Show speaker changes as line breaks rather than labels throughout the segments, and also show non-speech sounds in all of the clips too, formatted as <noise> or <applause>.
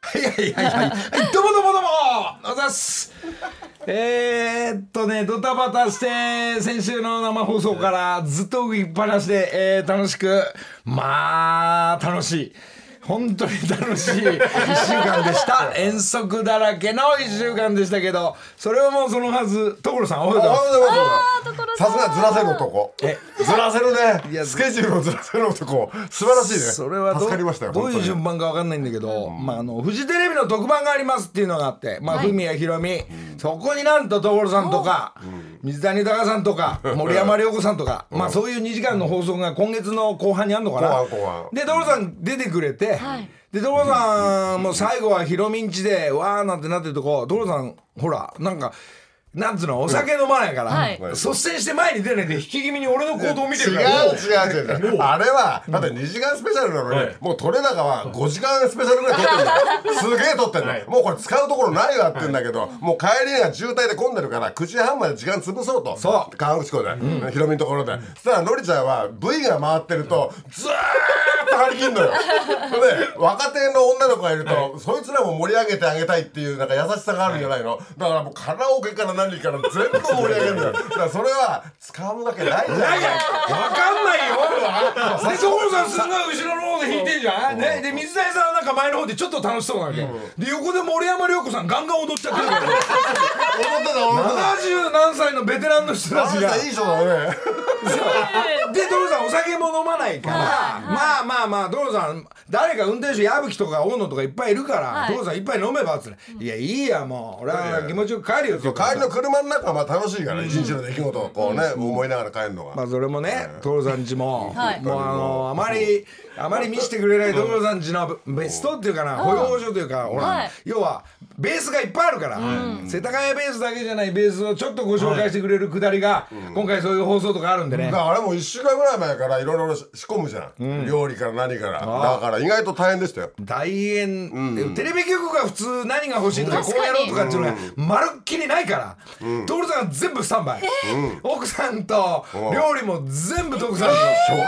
はいはいはい。はい、どうもどうもどうもあざっすえー、っとね、ドタバタして、先週の生放送からずっと動きっぱなしで、えー楽しく、まあ、楽しい。本当に楽しい1週間でした。遠足だらけの1週間でしたけど、それはもうそのはず、所さん、おはようございます。
さすがずらせる男
え
ずらせる
いや
ねスケジュールをずらせる男素晴らしいね
それはど
助かりましたよ
どういう
本当に
順番かわかんないんだけど、まあ、あのフジテレビの特番がありますっていうのがあって、まあ、文やひろみ、そこになんと所さんとか、水谷豊さんとか森山良子さんとか、まあ、そういう2時間の放送が今月の後半にあるのかな
後半後半
で所さん出てくれて、
はい
で所さんも最後はひろみんちでわーなんてなってるとこ所さんほらなんか。なんつうのお酒飲まないから、
はい
率先して前に出ないで引き気味に俺の行動を見て
違う
るから
違う違うあれはだって2時間スペシャルなのに、
はい
もう取れ高は5時間スペシャルぐらい取ってんだよすげえ取ってんだよ、もうこれ使うところないわってんだけど、もう帰りが渋滞で混んでるから9時半まで時間潰そうと
そう
河口湖で、ヒロミのところでそしたらのりちゃんは V が回ってるとずーっと張り切んのよで若手の女の子がいると、そいつらも盛り上げてあげたいっていうなんか優しさがあるんじゃないの、だからもうカラオケから何から全部盛り上げるんだよだからそれは使うわけないじゃん
ないやわかんないよで所さんすんごい後ろの方で弾いてんじゃん、ね、で水谷さんはなんか前の方でちょっと楽しそうなわけ、で横で森山良子さんガンガン踊っちゃってるから
踊ってた踊っ
70
て
何歳のベテランの人た
た
ち
あ
が
<laughs>
なたいい人だね
で所さんお酒も飲まないから、まあまあまあ所さん誰か運転手矢吹とか大野とかいっぱいいるから、
はい
所さんいっぱい飲めばっつって、いやいいやもう俺は気持ちよく帰るよって言うから
帰りの車の中はまあ楽しいから一日の出来事をこうね思いながら帰るの
ま
が
あそれもね、所さんちも、
はい
もうあのあまりあまり見せてくれない所さんちのベストっていうかな、保養所というか、ほら、
はい
要はベースがいっぱいあるから、世田谷ベースだけじゃないベースをちょっとご紹介してくれるくだりが、今回そういう放送とかあるんでね。
だからあれも1週間ぐらい前からいろいろ仕込むじゃん料理から何からだから意外と大変でしたよ
大変、テレビ局が普通何が欲しいとかこ
確
う
か
や
に
ろうとかっていうのがまるっきりないから、所さんが全部スタンバイ、奥さんと料理も全部所さんと、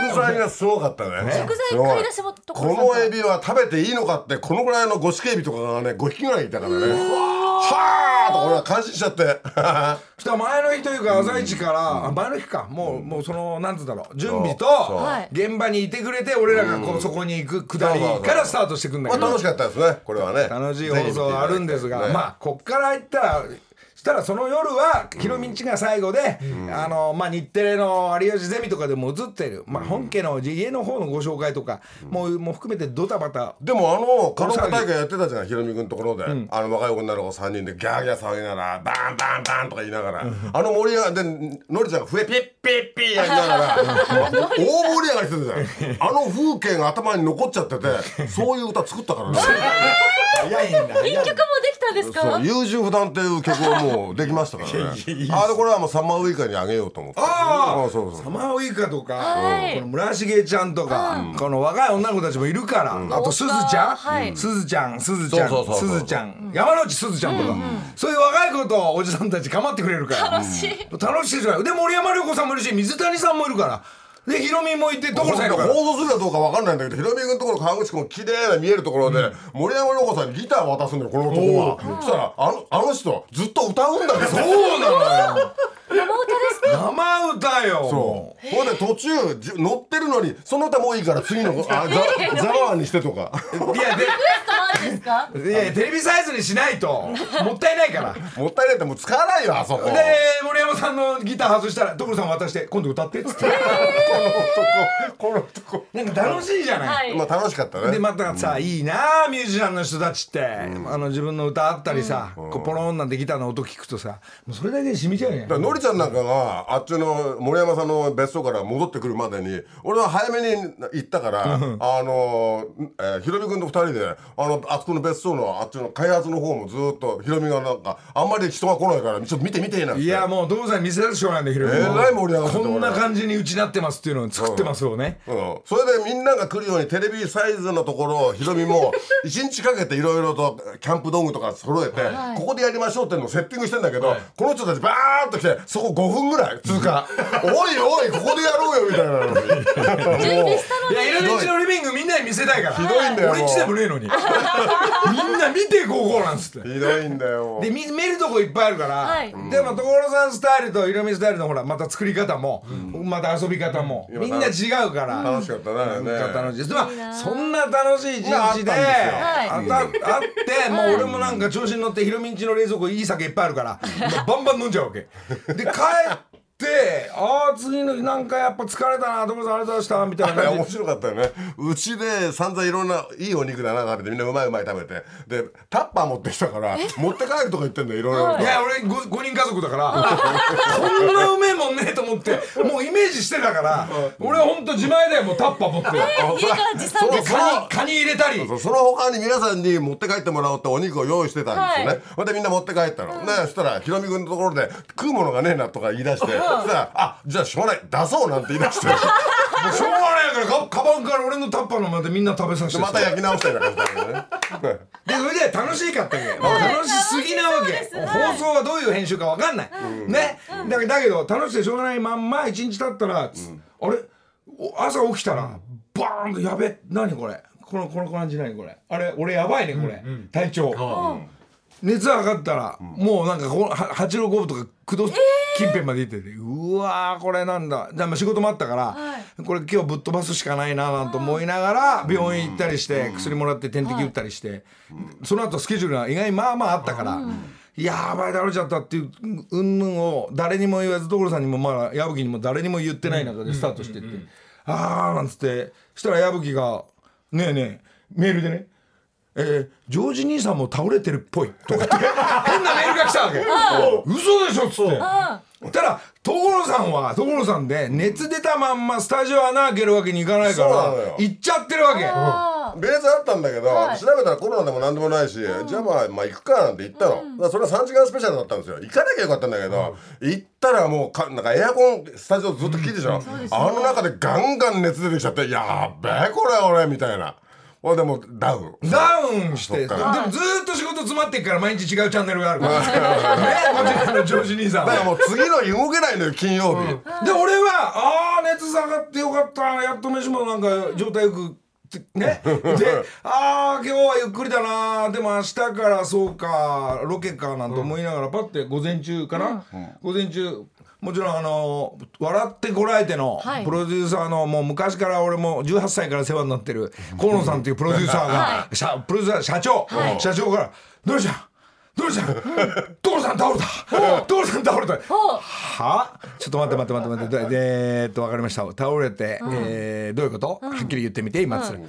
食材がすごかったね
食材買い出しも
す
所さ
ごい
ん
このエビは食べていいのかってこのぐらいの五色エビとかがね5匹ぐらいいたからねはあと俺は感心しちゃって
<laughs> そしたら前の日というか朝一から、あ前の日かもう,、もうそのなんつうんだろう準備と
そう
はい
現場にいてくれて俺らがこう、そこに行くくだり
そうそうそう
からスタートしてくんだ
まあ
けど、
楽しかったですねこれはね
楽しい放送あるんですが、
ね
まあこっから行ったらそしたらその夜はひろみんちが最後で、あのまあ、日テレの「有吉ゼミ」とかでも映ってる、まあ、本家の家の方のご紹介とか、もうもう含めてドタバタ
でもあのカラオケ大会やってたじゃんヒロミ君のところで、あの若い女の子3人でギャーギャー騒ぎながらバーンバーンバーンとか言いながらあの盛り上がりでのりちゃんが笛ピッピッピーやりながら
<laughs>
大盛り上がりしてたじゃんあの風景が頭に残っちゃっててそういう歌作っ
<laughs>
たからね
早いんだ
一曲もできたんです
そ
か
う「優柔不断」っていう曲をもうできましたから <laughs> ねあでこれはもうサマーウイカにあげようと思って
あ
あそうそう
サマーウイカとか、
はい
この村重ちゃんとか、この若い女の子たちもいるから、あとすずちゃん、
はい
すずちゃんすずちゃん
そうそうそう
す
そう
ずちゃん山之内すずちゃんとか、そういう若い子とおじさんたち構ってくれるから
楽しい
楽しいじゃないで森山良子さんもいるし水谷さんもいるからでヒロミもいて所さんいるから
放送するかどうかわかんないんだけどヒロミ君のところ川口君綺麗な見えるところで、森山良子さんにギター渡すんだよこの男はそしたらあのあの人ずっと歌うんだよ <laughs> そう
そうなのよ
生歌ですか
生歌よ
ほんで途中じ乗ってるのにその歌もういいから次 <laughs> のあざざわわにしてとか
いや
マジですか
でいやテレビサイズにしないともったいないから
<laughs> もったいないってもう使わないよあそこ
で森山さんのギター外したら所さん渡して今度歌ってっつって
この男こ
なんか楽しいじゃない、
はい
の男まあ楽しかった
で
ね
またさ、いいなあミュージシャンの人たちって、あの自分の歌あったりさ、こうポロンなんてギターの音聞くとさもうそれだけで染みちゃうよね
だからのりちゃんなんかがあっちの森山さんの別荘から戻ってくるまでに俺は早めに行ったからあの、えー、ひろみ君と二人であのあそこの別荘のあっちの開発の方もずっとひろみがなんかあんまり人が来ないからちょっと見て見てなんて
いやもう所さんに見せられてしょうがないんだけど、
えらい盛り上がって
こ
た俺
んな感じにうちなってますっていうのを作ってますよね、
うん、それでみんなが来るようにテレビサイズのところをひろみも一日かけていろいろとキャンプ道具とか揃えて、
い
ここでやりましょうっていうのをセッティングしてんだけど、この人たちバーッと来てそこ5分ぐらい通過おいおいここでやろうよみたいなのに
準備したの
いやいろいろうちのリビングみんなに見せたいからひ
どいんだよ
俺んちでもねえのにみんな見てここなんつって
ひどいんだよ
で見見るとこいっぱいあるから、
はい
でも所さんスタイルと色味スタイルのほらまた作り方も、また遊び方も
うん
みんな違うから
楽しかったな
なんか楽しいですまあ
いいな
そんな楽しい一日で
あ
あ
ったん
っ
です
た
よ
あってもう俺もなんか調子に乗ってひろみんちの冷蔵庫いい酒いっぱいあるからまあバンバン飲んじゃうわけで帰ってああ次の日なんかやっぱ疲れたな所さんありがとうございましたみたいな
あれ
感
面
じ
白かったよねうちで散々いろんないいお肉だな食べてみんなうまいうまい食べてでタッパー持ってきたから持って帰るとか言ってんだよいろいろ
いや俺 5, 人家族だからこんなうめえもんねえと思ってもうイメージしてたから俺はほんと自前だよもうタッパー持って
そう
家から持参
そう
で
そう
カニカニ入れたり
そうその他に皆さんに持って帰ってもらおうってお肉を用意してたんですよね、ほんでみんな持って帰ったの、ねそしたらひろみ君のところで食うものがねえなとか言い出して、そしたら「あじゃあしょうがない出そう」なんて言い出 <laughs> して
もうしょうがないからかカバンから俺のタッパーのまでみんな食べさせ
で
て
また焼き直したりなんかしたんだよね
でそれで楽しいかったわけ、楽しすぎなわけ、放送はどういう編集かわかんない、ね、だけだけど楽しくてしょうがないまんま一日経ったら、つあれお朝起きたらバーンとやべ何これこのこの感じ何これあれ俺やばいねこれ、体調、熱上がったら、もうなんかこうは八郎五分とか九度近辺まで行ってて、うわーこれなんだでも仕事もあったから、これ今日ぶっ飛ばすしかないななんて思いながら病院行ったりして、薬もらって点滴打ったりして、その後スケジュールが意外にまあまああったから。やばいだれちゃったっていううんぬんを誰にも言わず所さんにもまあ矢吹にも誰にも言ってない中でスタートしてって「ああ」なんつってそしたら矢吹が「ねえねえメールでねえージョージ兄さんも倒れてるっぽいとかって <laughs> 変なメールが来たわけ嘘でしょっつってそしたら所さんは所さんで熱出たまんまスタジオ穴開けるわけにいかないか
そうなの
ら
よ
行っちゃってるわけ
ベースあったんだけど、
はい
調べたらコロナでも何でもないし、じゃあまあ、まあ、行くかなんて言ったの、だからそれは3時間スペシャルだったんですよ行かなきゃよかったんだけど、行ったらもうかなんかエアコンスタジオずっと聞いてたじゃん、あの中でガンガン熱出てきちゃって「やっべえこれ俺」みたいなほんでもうダウン
ダウンして
そ
で
っ
も
か
ずーっと仕事詰まってっから毎日違うチャンネルがあるからねこちらのジョージ兄さん
だか
は
らもう次の日動けないのよ金曜日、
で俺はあー熱下がってよかったやっと飯もなんか状態よくってねでああ今日はゆっくりだなでも明日からそうかロケかなんて思いながらパッて午前中かな、午前中もちろんあの「笑ってこらえての」
はい
プロデューサーのもう昔から俺も18歳から世話になってる河野さんっていうプロデューサーが、社プロデューサー社長、社長から「どうしたんどうしたん所さん倒れた所さん倒れた」はあ、ちょっと待って待って待って待ってでえーっと分かりました倒れて、えーどういうこと、はっきり言ってみて今する、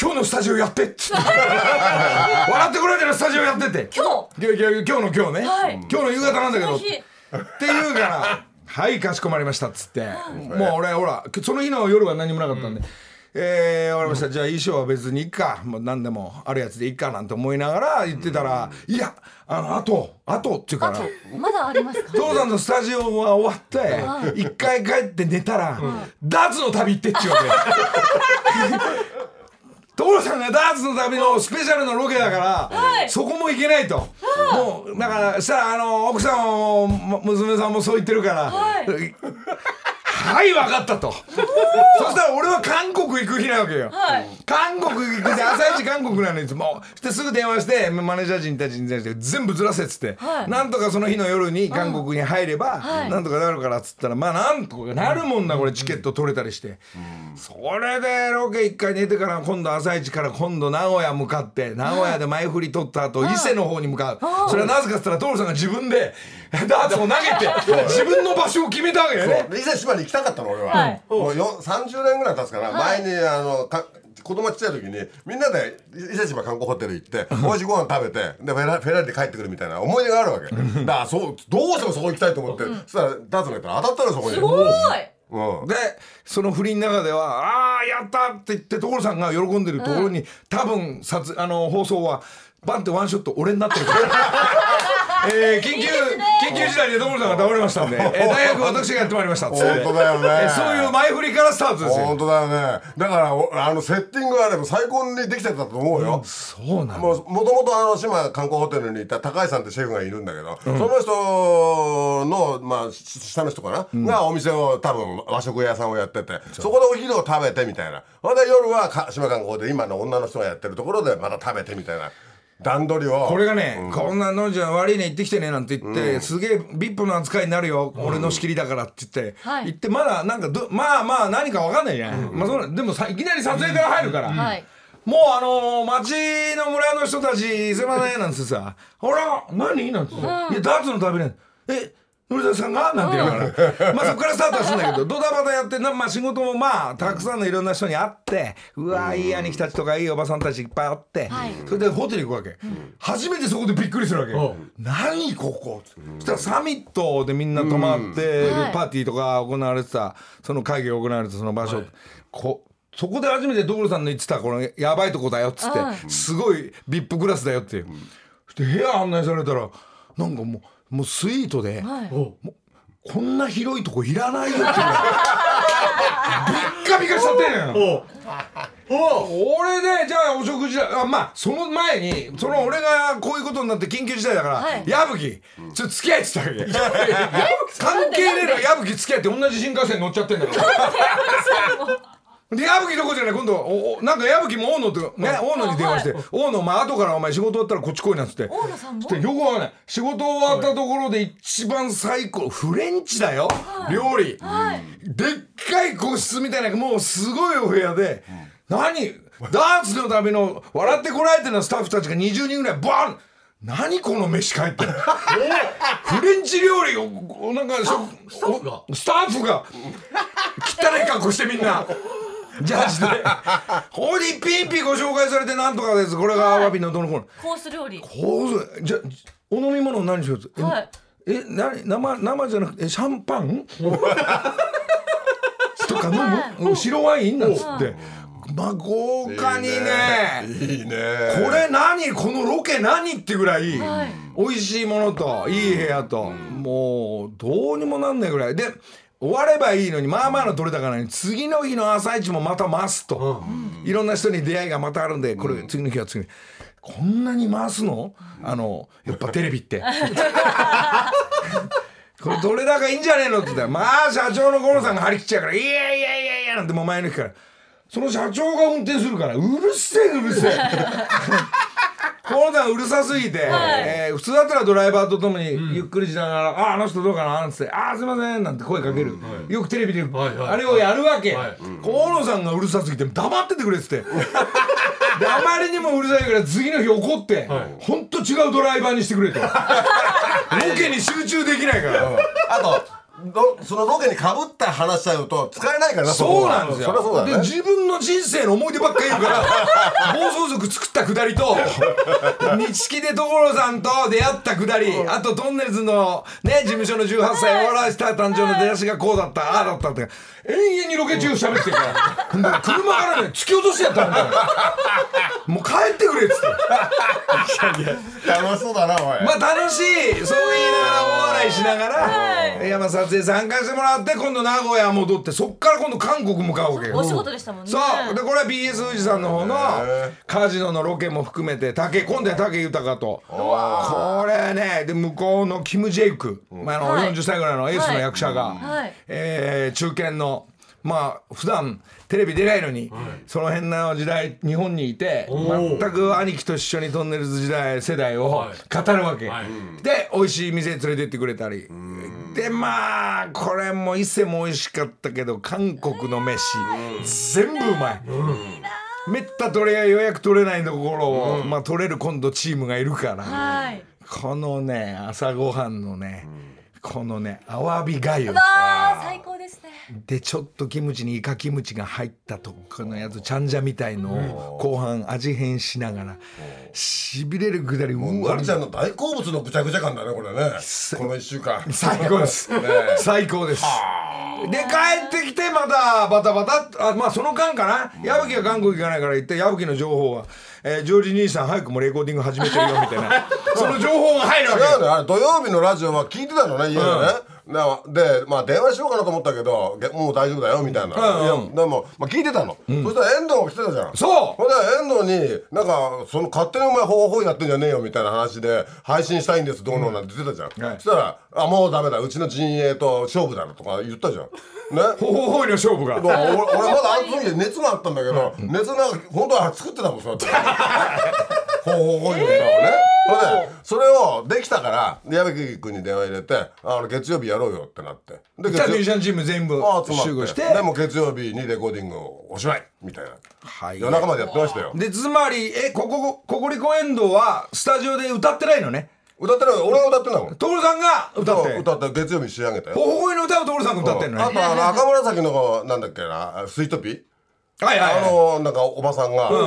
今日のスタジオやってっ
<laughs>
つって笑ってくれてるスタジオやってって
今
日今日今日の今日ね、
はい
今日の夕方なんだけど
その
っ
日
て言うから <laughs> 「はいかしこまりました」っつってもう俺ほらその日の夜は何もなかったんで。えー、わかりました、じゃあ衣装は別にいいかもう何でもあるやつでいいかなんて思いながら言ってたら「いやあのあとあと」っていうか
あ
ら
とまだありますか
父さんのスタジオは終わって一回帰って寝たら、ダーツの旅行ってっちゅうわ
<laughs>
け所さんがダーツの旅のスペシャルのロケだから、
はい
そこも行けないと、もうだからしたらあの奥さんもも娘さんもそう言ってるから
はい
はい、わかったと。そしたら俺は韓国行く日なわけよ。
はい
韓国行くで、朝一韓国なのに、もう、してすぐ電話して、マネージャー陣たちに対して、全部ずらせっつって、
はい
なんとかその日の夜に韓国に入れば、
はい
なんとかなるからっつったら、まあなんとかなるもんな、これチケット取れたりして。それでロケ一回寝てから、今度朝一から今度名古屋向かって、名古屋で前振り取った後、伊勢の方に向かう。それはなぜかっつったら、所さんが自分で、ダーツを投げて、自分の場所を決めたわけよね。
で伊勢志摩に行きたかったの俺は、
はい
もうよ30年ぐらい経つから、前にあのか子供ちっちゃい時にみんなで伊勢志摩観光ホテル行って美味しいご飯食べてでフェラフェラーリで帰ってくるみたいな思い出があるわけだからそうどうしてもそこ行きたいと思って、そしたらダーツのやったら当たったのよそこに
すごい
うん
でその振りの中では「ああやった!」って言って所さんが喜んでるところ
<laughs>
に、多分撮あの放送はバンってワンショット俺になってるからえー緊急
いいですね
緊急事態で所さんが倒れましたんで、えー大学私がやってまいりましたっつって
本当だよね
えーそういう前振りからスタートですよ
本当だよねだからおあのセッティングがあれば最高にできてたと思うよ、
そうなの
もうもともとあの島観光ホテルにいた高橋さんってシェフがいるんだけど、その人の、まあ、し下の人かな、がお店を多分和食屋さんをやっててそこでお昼を食べてみたいなほんで夜はか島観光で今の女の人がやってるところでまた食べてみたいな段取りを
これがね、こんなのんじゃ悪いね行ってきてねなんて言って、すげえ VIP の扱いになるよ、俺の仕切りだからって言って、
はい
行ってまだなんかどまあまあ何か分かんないじゃん、まあ、そうなんでもさいきなり撮影から入るから、
はい
もうあのー、町の村の人たちすいませんなんつってさ「ほら何?」なんつってさ「いやダーツの旅ねえのりさんが?」なんて言うから、まあそこからスタートはするんだけどドタバタやってな、まあ、仕事もまあたくさんのいろんな人に会ってうわーいい兄貴たちとかいいおばさんたちいっぱい会って、
はい
それでホテル行くわけ、初めてそこでびっくりするわけ「何ここ?」そしたらサミットでみんな泊まってる
うんはい
パーティーとか行われてたその会議が行われてたその場所、こそこで初めて所さんの言ってたこのやばいとこだよっつって、
う
すごい VIP クラスだよっていう、そして部屋案内されたらなんかもうもうスイートで、
はい
もうこんな広いとこいらないよっていうビッカビカしちゃってんのよ俺でじゃあお食事だあまあその前にその俺がこういうことになって緊急事態だから、
はい
矢吹ちょっと付き合えって言ったわけ関係ねえの矢吹付き合って同じ新幹線乗っちゃってんだからで矢吹どこじゃない今度おおなんか矢吹も大野とね大野に電話して「大野お前後からお前仕事終わったらこっち来い」なんつって
大野さんも
そしてよくわかんない仕事終わったところで一番最高フレンチだよ料理
はい
でっかい個室みたいなもうすごいお部屋で、何ダーツのための「笑ってこらえて」のスタッフたちが20人ぐらいバン何この飯会って <laughs> フレンチ料理をおなんかスタッフがスタッフが汚い格好してみんな。ジャージ <laughs> でほいでピンピンご紹介されてなんとかですこれがアワビのどのこの
コース料理
こうじゃお飲み物何しようって、
はい
えな生生じゃなくてえシャンパ
<laughs>
ンとか飲むうん白ワインなんつってまあ豪華にね
いいね
これ何このロケ何ってぐらい
はい
美味しいものといい部屋ともうどうにもなんないぐらいで終わればいいのにまあまあの取れたからに次の日の朝一もまた回すといろんな人に出会いがまたあるんでこれ次の日は次の日こんなに回すのあのやっぱテレビって。これどれだかいいんじゃねえのって言ったら、まあ社長の五郎さんが張り切っちゃうから、いやいやいやいやなんてもう前の日から、その社長が運転するから、うるせえうるせえ。五郎さんうるさすぎて、えー普通だったらドライバーとともにゆっくりしながら、ああ、あの人どうかななんつって、ああ、すいませんなんて声かける。よくテレビで、
はいはい
あれをやるわけ。
はい
河野さんがうるさすぎて黙っててくれっつって。であまりにもうるさいから次の日怒って、
はい
ほんと違うドライバーにしてくれとロケに集中できないから
あとどそのロケにかぶった話しちゃうと使えないからな
そう
こは
なんですよ。
そりゃそうだ
で
よね
自分の人生の思い出ばっかり言う
<laughs>
から、暴走族作ったくだりと、錦で所さんと出会ったくだり、あとトンネルズのね、事務所の18歳お笑いスター誕生の出だしがこうだった、ああだったって、永遠にロケ中喋ってるから、だから
<laughs>
車からね、突き落としてやったんだよ。もう帰ってくれっつって。
楽しそうだなおい、
まあ楽しいそう言いながら大笑いしながら、、
はい
やまあ撮影参加してもらって今度名古屋戻ってそっから今度韓国向かうわけよ
お仕事でしたもんね
そうでこれは BS 富士さんの方のカジノのロケも含めて竹今度は竹豊とこれねで向こうのキム・ジェイク、まあ、あの
はい
40歳ぐらいのエースの役者が、
はい
えー中堅の。まあ普段テレビ出ないのに、その辺の時代日本にいて
ー
全く兄貴と一緒にトンネルズ時代世代を
はい
語るわけ、
はい
で美味しい店連れてってくれたりでまあこれも伊勢も美味しかったけど韓国の飯全部うまいめった取れや予約取れないところを、まあ取れる今度チームがいるから、
はい
このね朝ごはんのね、このねアワビがゆ
わあ最高ですね
でちょっとキムチにイカキムチが入ったとこのやつちゃんじゃみたいのを後半味変しながらしびれるくだりう
の
わ
りちゃんの大
<laughs>
好物のぐちゃぐちゃ感だねこれねこの一週間
最高です
ねえ
最高ですで帰ってきてまたバタバタあまあその間かな矢吹が韓国行かないから行って矢吹の情報は、えージョージ兄さん早くもうレコーディング始めてるよみたいな <laughs> その情報が入るわけ
違うのよあれ土曜日のラジオは聞いてたのね家でね、なでまあ電話しようかなと思ったけどげもう大丈夫だよみたいな、
うんうん
いやでも、まあ、聞いてたの、そしたら遠藤が来てたじゃん
そう
ほんで遠藤になんかその勝手にお前方法やってんじゃねえよみたいな話で配信したいんですどうのなんて言ってたじゃん、
はい
そしたら「あもうダメだうちの陣営と勝負だな」とか言ったじゃんね
ほほほいの勝負が
だから俺俺まだあの時熱があったんだけど、熱なんか本当は作ってたもんそうやって
<laughs>
ほうほうほういうの歌をね、それでそれをできたから矢吹君に電話入れてあの月曜日やろうよってなってで
じゃあミュー
月
ジ
曜
シャンチーム全部
あ集
集
ま
合
っ
してて
でも月曜日にレコーディングをおしまいみたいな、
はい
夜中までやってましたよ
でつまりえここここりこエンドはスタジオで歌ってないのね
歌ってない俺が歌ってないもん
徹さんが歌って
歌って月曜日に仕上げたよ
ほほほいの歌を徹さんが歌ってんの
あ
ね
とあの赤紫のなんだっけなスイートピー
はいはい
あ
はい
のなんかおばさんが、ね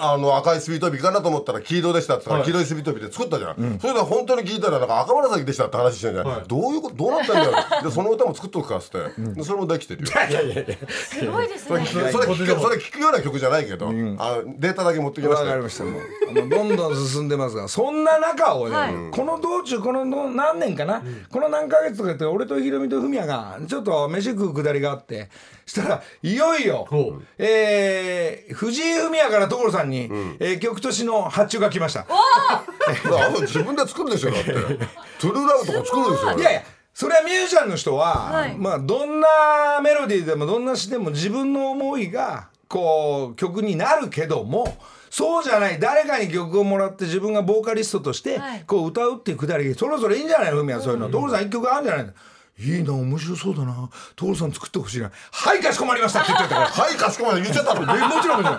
あの赤いスイートピーかなと思ったら黄色でしたって言ったから、黄色いスイートピーで作ったじゃん、それで本当に聞いたらなんか赤紫でしたって話してるじゃん、どういうことどうなったんだよ <laughs> でその歌も作っとくからっつって、でそれもできてるよ
<laughs>
すごいです
それ
ね。
聞くそれ聞くそれ聞くような曲じゃないけど、あデータだけ持ってきまし
わ
た
かり
よ
ましたもうあのどんどん進んでますがそんな中をね、
はい
この道中このの何年かな、この何ヶ月とかって俺とひろみとふみやがちょっと飯食うくだりがあってしたらいよいよ、えー藤井フミヤから所さんに、えー曲年の発注が来ました
だから自分で作るでしょだってトゥルーラブとか作るでしょ
いやいやそれはミュージシャンの人は、
はい
まあどんなメロディーでもどんな詩でも自分の思いがこう曲になるけどもそうじゃない誰かに曲をもらって自分がボーカリストとして
はい
こう歌うっていうくだりそろそろいいんじゃないふみはそういうの所さん一曲あるんじゃないのいいな面白そうだな所さん作ってほしいな「はいかしこまりました」って言ってた
<laughs>
か
はいかしこまり言っちゃったの
らえ <laughs> もちろんもちろん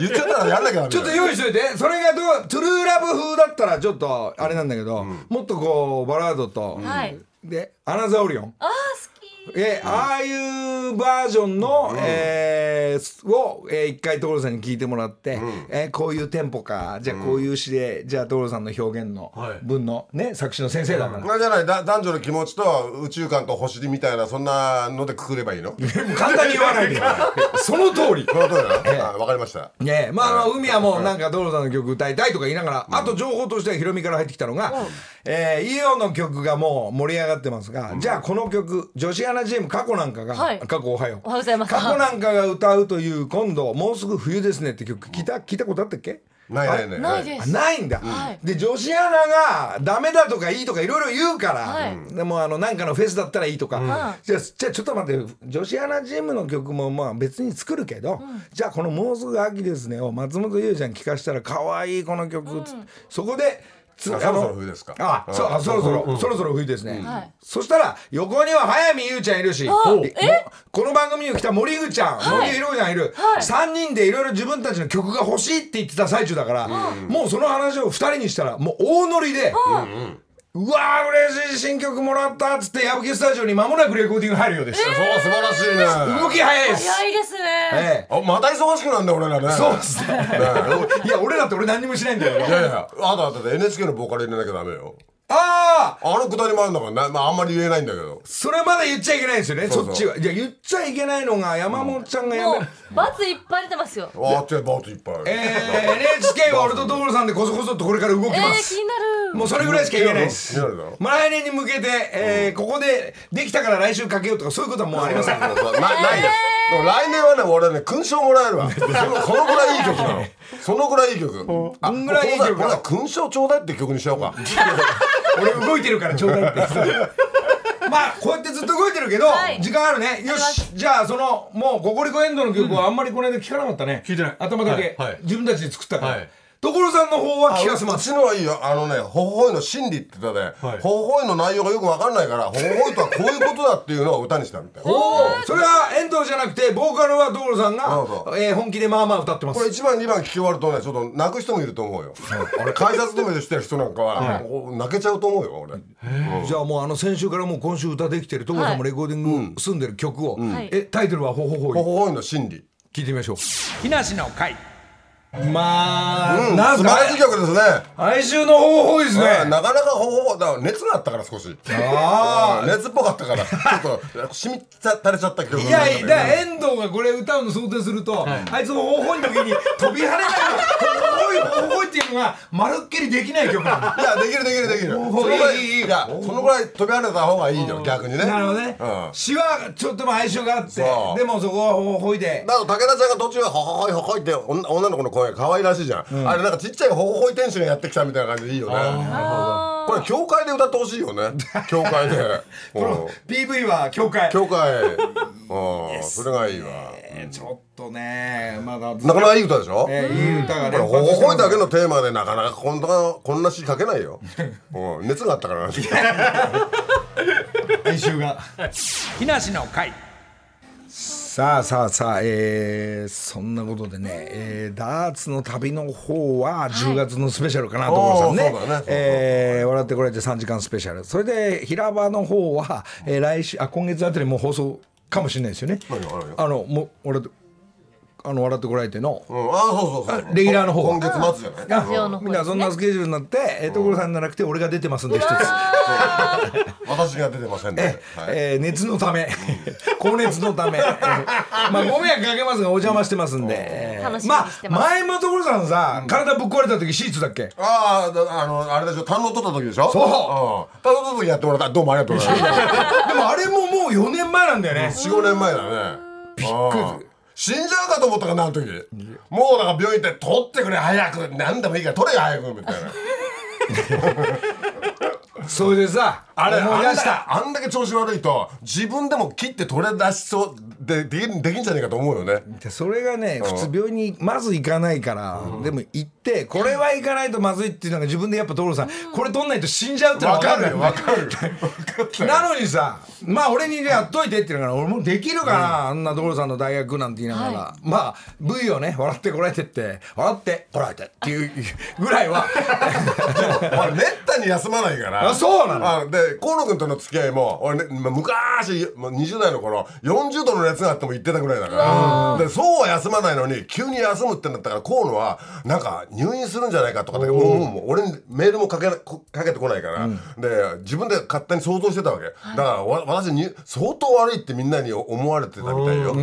言っちゃったらやんなきゃダメだよ
ちょっと用意しといてそれがどうトゥルーラブ風だったらちょっとあれなんだけど、もっとこうバラードと、
はい
で「アナザーオリオン」
ああ好き。
えああいうバージョンの、えーすを、えー一回所さんに聞いてもらって、えーこういうテンポかじゃあこういう詩で、じゃあ所さんの表現の
はい
文の、ね作詞の先生だから、
まあじゃないだ男女の気持ちと宇宙観と星みたいなそんなのでくくればいいの
でも簡単に言わないで <laughs> その通り
その通りだなあわかりました
ねえまあまあ海はもうなんか所さんの曲歌いたいとか言いながら、あと情報としてはヒロミから入ってきたのが、えーイオンの曲がもう盛り上がってますが、じゃあこの曲女子アナチーム過去なんかが、
はい
過去おはよ
お
う
はようございます
過去なんかが歌うという今度もうすぐ冬ですねって曲聞いた聞いたことあったっけ
ないないない
ない
あ
です。
ないんだ、
はい
で女子アナがダメだとかいいとかいろいろ言うから、
はい
でもあのなんかのフェスだったらいいとか、じゃあじゃあちょっと待って女子アナチームの曲もまあ別に作るけど、じゃあこの「もうすぐ秋ですね」を松本優ちゃん聞かしたら可愛いこの曲つ、そこでつ
あ
あ
そろそろ
の
冬ですか
あそうあそろそろ、そろそろ冬ですね、
はい
そしたら横には早見優ちゃんいるし
あ
で
え
もこの番組に来た森口ちゃん、森口博子ちゃんいる、
はい
3人でいろいろ自分たちの曲が欲しいって言ってた最中だから、もうその話を2人にしたらもう大乗りで、うわー嬉しい新曲もらったっつって矢吹スタジオに間もなくレコーディング入るようです、
そう素晴らしいね
動き早いです、
早いですね。
ええ
あまた忙しくなんだ俺らね
そうですね
ねえ
いや俺だって俺何にもしないんだよ
いやいやあとあとで NHK のボーカル入れなきゃダメよ
ああ
あのくだりもあるんだからな、まあ、あんまり言えないんだけど
それまだ言っちゃいけないですよね
そ
そう
そう
っちはいや言っちゃいけないのが山本ちゃんがやめ
もうバツいっぱい出てますよ。
あっちへバーツいっぱいある、
えー NHK は俺と所さんでこそこそっとこれから動き
えー
ま
気
す、
になる。
もうそれぐらいしか言えないです
気になるだろ
まあ来年に向けて、えーここでできたから来週かけようとかそういうことはもうありません
なないです、でも来年はね俺ね勲章もらえるわでもこのぐらいいい曲なのそのぐらいいい曲あ
こんぐらいいい曲なの
これは勲章ちょうだいって曲にしようか
<laughs> 俺動いてるからちょうだいって <laughs> まあこうやってずっと動いてるけど、
はい
時間あるねよしじゃあそのもう「ココリコエンド」の曲はあんまりこの間聞かなかったね、
聞いてない
頭だけ、
はいはい
自分たちで作ったから、
はい
所さんの方は聞かせま
う
す
ちのはいいよあのね「ほほほいの真理」って言ったで
はい
「ほほほいの内容がよく分かんないから「ほほほいとはこういうことだ」っていうのを歌にしたみたいな
おーそれは遠藤じゃなくてボーカルは所さん
そうそ
が、えー本気でまあまあ歌ってます
これ1番2番聞き終わるとねちょっと泣く人もいると思うよ俺改札止めでしてる人なんかはもう泣けちゃうと思うよ俺
じゃあもうあの先週からもう今週歌できてる所さんもレコーディング住んでる曲を、
はい
えタイトルは「ほほほい
ほほほいの真理
聞いてみましょう。
木梨の会
まあ、
うん、
なん
素晴
から
しい曲ですね。
哀愁の方法ですね、
うんなかなか方法だから熱があったから少し。
あ
うん熱っぽかったからちょっと染みつたれちゃった曲。
いやいや、だから
や。
遠藤がこれ歌うの想定すると、あいつの方法の時に飛び跳ねながら、方法い、方法いっていうのが、まるっきりできない曲なの。
いやできるできるできる。そのぐらいいやそのぐらい飛び跳ねた方がいいよ逆にね。
なるほどね
うん。
詩はちょっとも相性があって
そ、う
でもそこは方法いで。
だと武田ちゃんが途中は「ほほほいほほい」って女女の子の声が可愛らしいじゃん、あれなんかちっちゃい「ほほほい天使がやってきた」みたいな感じでいいよね
あ
これ教会で歌ってほしいよ
<laughs>
ね教会で、うん、
PV は教会。
教
<laughs>
会うんそれがいいわ
えーちょっとね、まだ、
なかなかいい歌でしょ、
えーいい歌が
こ
ね。
れほほほいだけ
の。
のテーマでなかなかこんなこんな詩書けな
<laughs>
いよ、うん、熱があったからな
哀愁が。
木梨の会
さあさあさあ、えーそんなことでね、えーダーツの旅の方は10月のスペシャルかなと思うんですよ
おーそう
ね
だね。
えー笑ってこられて3時間スペシャル。それで平場の方は、えー来週あ今月あたりもう放送かもしれないですよね
何が何。が
あのもう俺あの笑ってこられての。
うん、ああそうそうそう
レギュラーの方
今月末じゃない
ジオの方
みんなそんなスケジュールになって、えー所さんじゃなくて俺が出てますんで一つ、
私が出てませんね、はい
えー熱のため高熱の
<laughs>
ため、えーまあご迷惑かけますがお邪魔してますんで、えー
楽しみに
ま
して
あ
ます
前も所さんさ、体ぶっ壊れた時シーツだっけ
ああだあのあれでしょ堪能取った時でしょ
そ
うん、堪能取った時やってもらったどうもありがとうございます
でもあれももう4年前なんだよね
四五年前だね。びっくり。死んじゃうかと思ったからなあの時もうだから病院行って「取ってくれ早く何でもいいから取れよ早く」みたいな
それでさあれ思い出した
あんだあんだけ調子悪いと自分でも切って取れ出しそうでできるできんじゃねえかと思うよね
でそれがね普通病院にまず行かないから、でも行ってこれは行かないとまずいっていうのが自分でやっぱ所さん、これ取んないと死んじゃうってのは
わ
分か
か
るの
るよわかる <laughs>
なのにさまあ俺にやっといてって言うから俺もできるかな、あんな所さんの大学なんて言いながら、まあ V をね笑ってこられてって笑ってこられてっていうぐらい
<laughs>
は
俺めったに休まないから
あそうなの
あで河野君との付き合いも俺ねま昔ま20代の頃40度の熱があっても行ってたぐらいだからでそうは休まないのに急に休むってなったから河野はなんか入院するんじゃないかとかで、もうもうもう俺にメールもかけなこかけてこないから、で自分で勝手に想像してたわけ、だからわ私に相当悪いってみんなに思われてたみたいよ、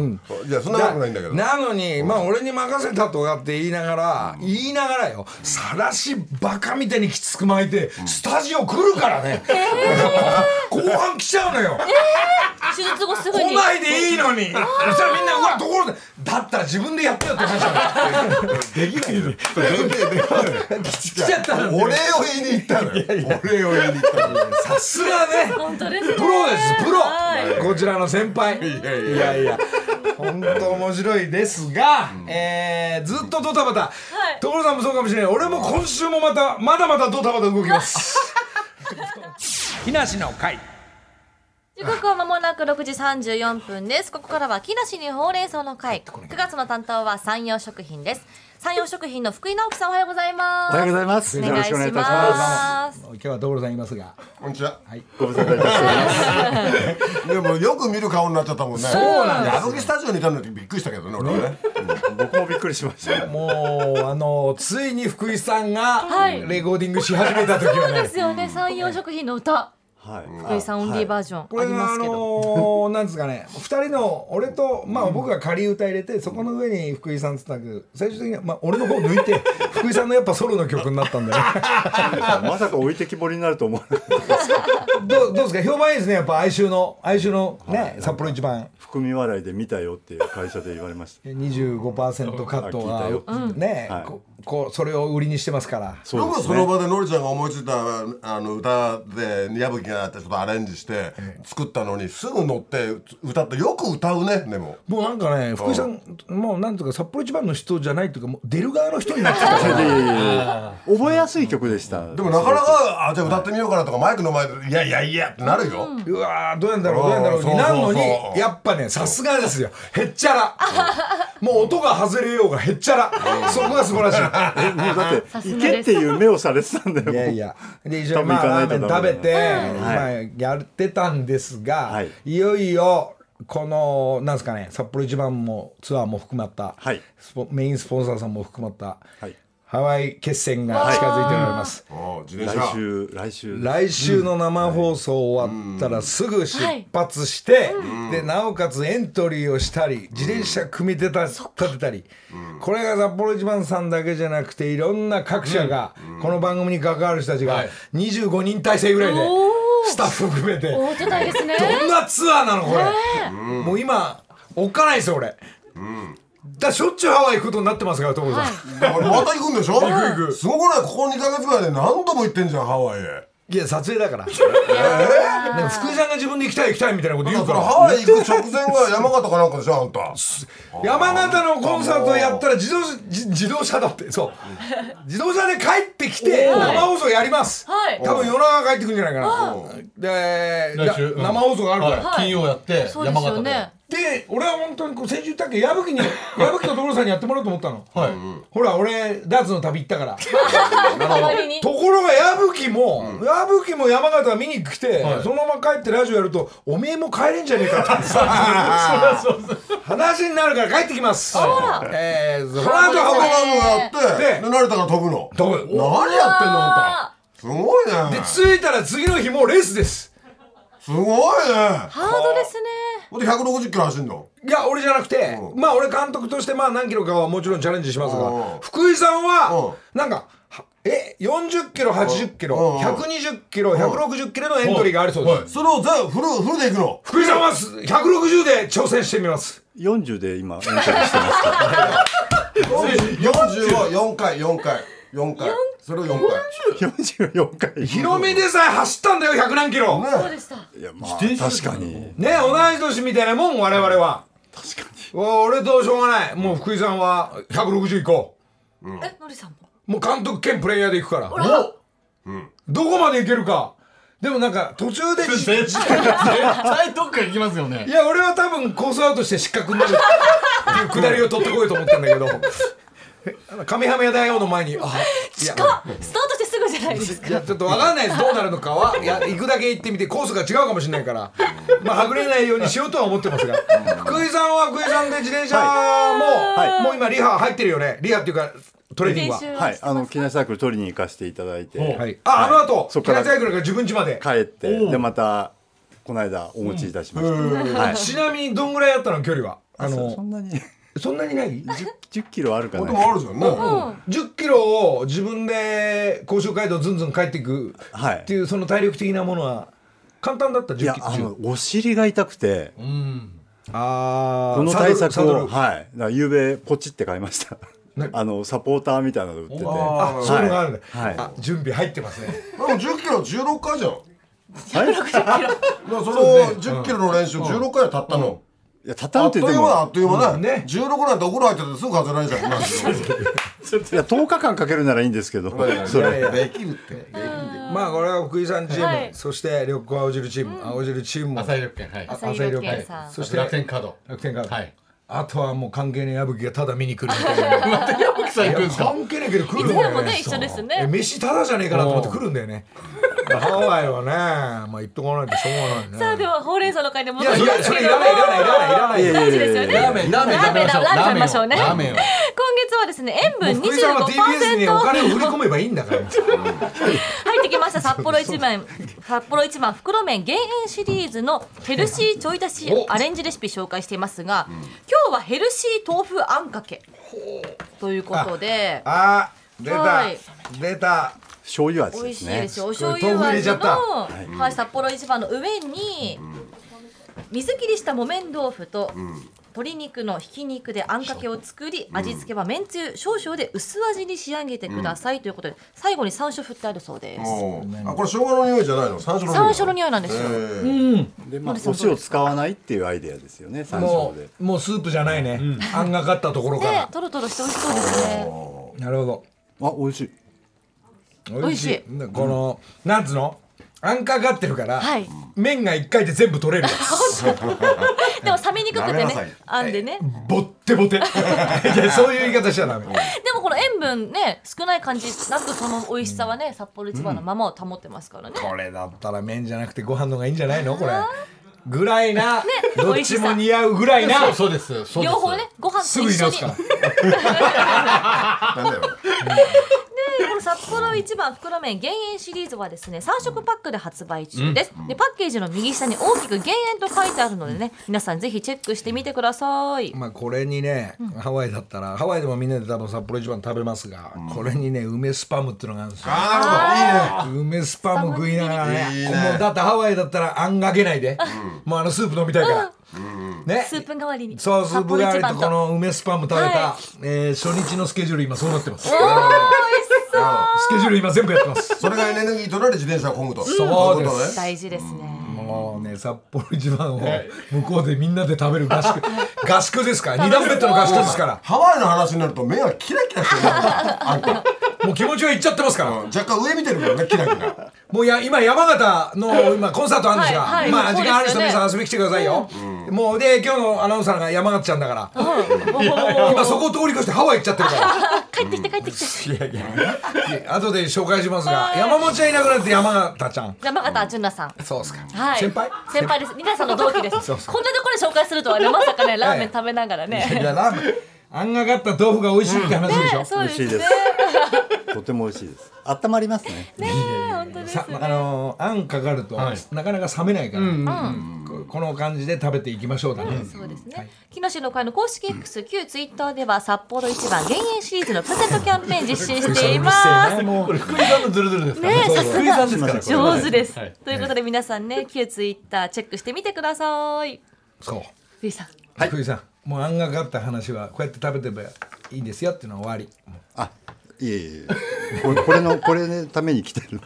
いやそんな悪くないんだけど
<laughs> なのにまあ俺に任せたとかって言いながら、言いながらよさらしバカみたいにきつく巻いてスタジオ来るからね、 <laughs> 後半来ちゃうのよ、
ー手術後すぐに
来ないでいいのにそしたらみんな「うわところでだったら自分でやってよ」って話なの
<laughs> できないよできないよ
<laughs> 来ちゃったの
お礼を言いに行ったのよお礼を言いに行ったのよ
さすがね
本当ですね
プロですプロ、
はい
こちらの先輩い
やいや
いや本当面白いですが、えー、ずっとドタバタ、
い
所さんもそうかもしれない俺も今週もまたまだまだドタバタ動きます <laughs>
木梨の会
時刻は間もなく6時34分です。ここからは木梨にほうれん草の会。9月の担当は山陽食品です。山陽食品の福井直樹さんおはようございます。
おはようございます。
お願いします。
今日は所さんいますが
こんにちは。
よろしくお願いいたします。ご無沙汰いたしており
<laughs> で
ます。
もよく見る顔になっちゃったもんね。そうなんです。矢吹スタジオにいたのにびっくりしたけどね、俺はね。
僕もびっくりしました。
もうあのついに福井さんが
はい
レコーディングし始めた時は
そう
ね、
ですよね、山陽食品の歌。
はい。
福井さんオンリーバージョ
こ
ンあ
れ
り
が
ま
あ
すけど。
のー、なんですかね2人の俺とまあ僕が仮歌入れてそこの上に福井さんっつったけど最終的には、まあ、俺の方抜 <laughs> いて福井さんのやっぱソロの曲になったんだよ <laughs> ね
まさか置いてきぼりになると思わなかった。
どうどうですか評判いいですねやっぱ哀愁の哀愁のね札幌一番
<laughs> 含み笑いで見たよっていう会社で言われました。
25%カット
あ聞いた
がね、
はい
ここうそれを売りにしてますから
そう
よ
で
く
す
その
ね。
場でのりちゃんが思いついたあの歌で矢吹がちょっとアレンジして作ったのにすぐ乗って歌ってよく歌うねでも
もうなんかね福井さんもうなんとか札幌一番の人じゃないというかもう出る側の人になってきた
それで覚えやすい曲でした。
でもなかなかあじゃあ歌ってみようかなとかマイクの前でいやいやいやってなるよ
うわーどうやんだろうどうやんだろう
あー
になるのに
そうそうそう
やっぱねさすがですよへっちゃらもう音が外れようがへっちゃらそこが素晴らしい
<laughs> えもうだって行けっていう目をされてたんだよ。
いやい
も
やで一緒
多
に
分
まあ
行かな
ラ
い
ーメ
と
ン
ダ
食べ
メだね
て、
はい
まあ、やってたんですが、
はい
い、よいよこのなんですかね札幌一番もツアーも含まった、
はい
スポメインスポンサーさんも含まった、
はい
ハワイ決戦が近づいております、
お自転車
来週来週
来週の生放送終わったらすぐ出発して、でなおかつエントリーをしたり自転車組み立てた立てたり、これが札幌一番さんだけじゃなくていろんな各社が、この番組に関わる人たちが25人体制ぐらいで、スタッフ含めて
大手帯ですね。
どんなツアーなのこれ、もう今おっかないですよ俺、だしょっちゅうハワイ行くことになってますから所さん、
だからまた行くんでしょ行く行くすごくないここ2ヶ月ぐらいで何度も行ってんじゃんハワイへ
いや撮影だ <laughs> から
え
なんか福井さんが自分で行きたい行きたいみたいなこと
ー、
言
だ
うか
か
らら
ハワイ行く直前が山形かなんかでしょあんた
山形のコンサートやったら自動自自動車だってそう自動車で帰ってきて生放送やります、
はい
多分夜中帰ってくるんじゃないかな、で
来週
だ
うん
生放送があるから、
はい金曜やって
そうで
山
すよ
形で
ね。
で俺は本当にこう先週言ったっけ矢吹に <laughs> 矢吹と所さんにやってもらおうと思ったの
はい
ほら俺ダーツの旅行ったから
代わりに。
ところが矢吹も、矢吹も山形見に来て、
はい
そのまま帰ってラジオやるとおめえも帰れんじゃねえかって
<laughs>
話になるから帰ってきますえー、その後
ハワ
は
イもやって
で
で慣れたから飛ぶの
飛ぶ
何やってんのあんたすごい
で
ね
着いたら次の日もうレースです
すごいね
ハードですね。
ほんで160キロ走んの
いや俺じゃなくて、
うん
まあ俺監督としてまあ何キロかはもちろんチャレンジしますが、
うん
福井さんは、
う
なんかはえ40キロ80キロ、
うん
120キロ、160キロのエントリーがあるそうです、
はい
それを全フルフルで行くの
福井さんはす160で挑戦してみます
40で今エントリーしてますから
40を4回4回4回それを4回
44回
広めでさえ走ったんだよ100何キロ、
そうでした。
いやまあ
転車
確かに
ね同い年みたいなもん我々は確かに俺としょうがないもう福井さんは160行こ
え、のりさんも。
うもう監督兼プレイヤーで行くからどこまで行けるかでもなんか途中で
絶
い
対絶対どっか行きますよね
や俺は多分コースアウトして失格になるっていうくだりを取ってこようと思ったんだけどあの神浜屋大王の前にあいや
か、スタートしてすぐじゃないです
い
か。
やちょっとわかんないですどうなるのかはいや行くだけ行ってみてコースが違うかもしれないからまあはぐれないようにしようとは思ってますが福井さんは福井さんで自転車も、
はい
もう今リハ入ってるよねリハっていうかトレーニングは
練習
はいあの機内サークル取りに行かせていただいて、
お
はいあ、あの後
そっ
木
から
梨大学から自分家まで
帰ってでまたこの間お持ちいたしました、はい
ちなみにどんぐらいあったの距離はあ
そそ
の
ん <laughs> なに 10,
そんなにない
10キロあるか
こ
な
ともあるじゃんね
10キロを自分で甲州街道ずんずん帰っていく
はい
っていうその体力的なものは簡単だった
い
10
や
キロ
あのお尻が痛くて
あー
この対策
サドルサドル
をはいだからゆうべポチって買いました <laughs> あのサポーターみたいなの売ってて
あ、そういうのがあるね、
はい
あ準備入ってますね
でも10キロ16回じゃんだからそ
そう
の10キロの練習16回はたったの
いや、たた
あ
ん
っ
と
という間
言っても、
だあっという間
うん
ね
ね
16なんてお風呂入っててすぐ外れるじゃんなんて
いや、10日間かけるならいいんですけど、 <laughs> そ
いやい
れ。
や
できるって
まあこれは福井さんチーム、
はい
そして緑光青汁チーム、青汁チームも
朝緑券はい
あ
朝色
朝
系
色系
さん。
そして
楽天カード
楽天カード
はい
あとはもう関係ねえ矢吹がただ見に来るみたいな
奥さん行くんですか
関係ねえけど来るん
いつ
だ
ら
よ
も
ね
ね、一緒です
え
ね。
飯ただじゃねえかなと思って来るんだよねハワイはねまあ行っとかないとしょうが
さ
な
あ、
いね
では、ほうれん草の会で
い
戻
や
り
そ
ま
れ
す
それ
け
い
ど
ら
も
ないい。らないいらないいらない
いやいや
大事ですよね。
ラーメンラーメン食べましょう
ラーメンラーメン食べましょうね
ラーメンを
今月はですね塩分
福井さんは TBS にお
25%
金を振り込めばいいんだから
入ってきました札幌一番札幌一番袋麺減塩シリーズのヘルシーちょい足しアレンジレシピ紹介していますが今日はヘルシー豆腐あんかけということで
あー出た、
はい
出た
醤油味
美
で
味し
す
い
ね
で。すよ、お
これ
醤油
豆腐入れ
味
ちゃ
の、
った
はい、札幌一番の上に水切りした木綿豆腐と、鶏肉のひき肉であんかけを作り味付けはめんつゆ少々で薄味に仕上げてください、ということで最後に山椒振ってあるそうです
あこれ生姜の匂いじゃないの山椒の匂い
山椒の匂いなんですよ、
ええ
で、まあ、お塩使わないっていうアイデアですよね、山椒
も
で。
うもうスープじゃないね、あんがかったところから
でとろとろして美味しそうですね
なるほど
あ、美味しい。
美味しい
美
この、なんつうのあんかかってるから、
はい
麺が一回で全部取れるや <laughs> つ
でも冷めにくくて
なめなさい
ねあんでね
ボッテ <laughs> ボテいやそういう言い方しちゃダ <laughs> メ
でもこの塩分ね少ない感じなくその美味しさはね札幌一番のままを保ってますからね、
これだったら麺じゃなくてご飯の方がいいんじゃないのこれぐらいな、どっちも似合うぐらいな
そうそうです。そうです
両方ね、ご飯
す
と
ぐ
一
言い
緒
直
に
すから。
なんだよ。
でこの札幌一番袋麺減塩シリーズはですね3色パックで発売中です、でパッケージの右下に大きく減塩と書いてあるのでね皆さんぜひチェックしてみてください
まあこれにね、ハワイだったらハワイでもみんなで多分札幌一番食べますが、これにね梅スパムっていうのがあるんですよ
あ
梅スパム食いながらね
いいね
もうだってハワイだったらあんかけないで、もうあのスープ飲みたいから、ね
スープ代わりに
そうスープ代わりと
札幌一番
こ
と
の梅スパム食べた、
は
えー初日のスケジュール今そうなってます
おー美味し
スケジュール今全部やってます
いいね。それがエネルギーとなり自転車をこぐと。
そうです
こいこと
そう
ね
大事ですね
もうね札幌一番を向こうでみんなで食べる合宿合宿ですから二段ベッドの合宿ですから
ハワイの話になると目がキラキラしてるなあんた。
もう気持ちはいっちゃってますから、
うん若干上見てるもんね、キラキラ。
もうや今山形の今コンサートあるんですが、
はいはい
まあ
そ
時
うですよね
間ある人皆さん遊びに来てくださいよ、もうで今日のアナウンサーが山形ちゃんだから、今そこを通り越してハワイ行っちゃって
<laughs>
るか
帰ってきて帰ってきて
らいや後で紹介しますが山本ちゃんいなくなって山形ちゃん
山形純奈さん
そうですか、
はい、
先輩
先輩です皆さんの同期です
そうそう
こんなところで紹介するとはねまさかねラーメン食べながら
い
ね
やラーメンあんがかった豆腐が美味しいって話でしょ、
そうです
美味しい
ね
でとても美味しいです温まりますね
本当です
さあのーあんかかると、
はい
なかなか冷めないから、ここの感じで食べていきましょうだね、
そうですね。木梨の会の公式 X、旧ツイッターでは札幌一番減塩シリーズのプレゼントキャンペーン実施してい
<laughs>
ます。
ねもう
これ福井さんのズルズルですから。
ねえ、さすが
すいませんこれ
上手です
はい。
ということで皆さんね、旧ツイッターチェックしてみてください。
そう
ゆいさん。
福井さんもうあんがかった話はこうやって食べてばいいんですよっていうのは終わり
あいえいえいえこれこれのこれのために来てるんで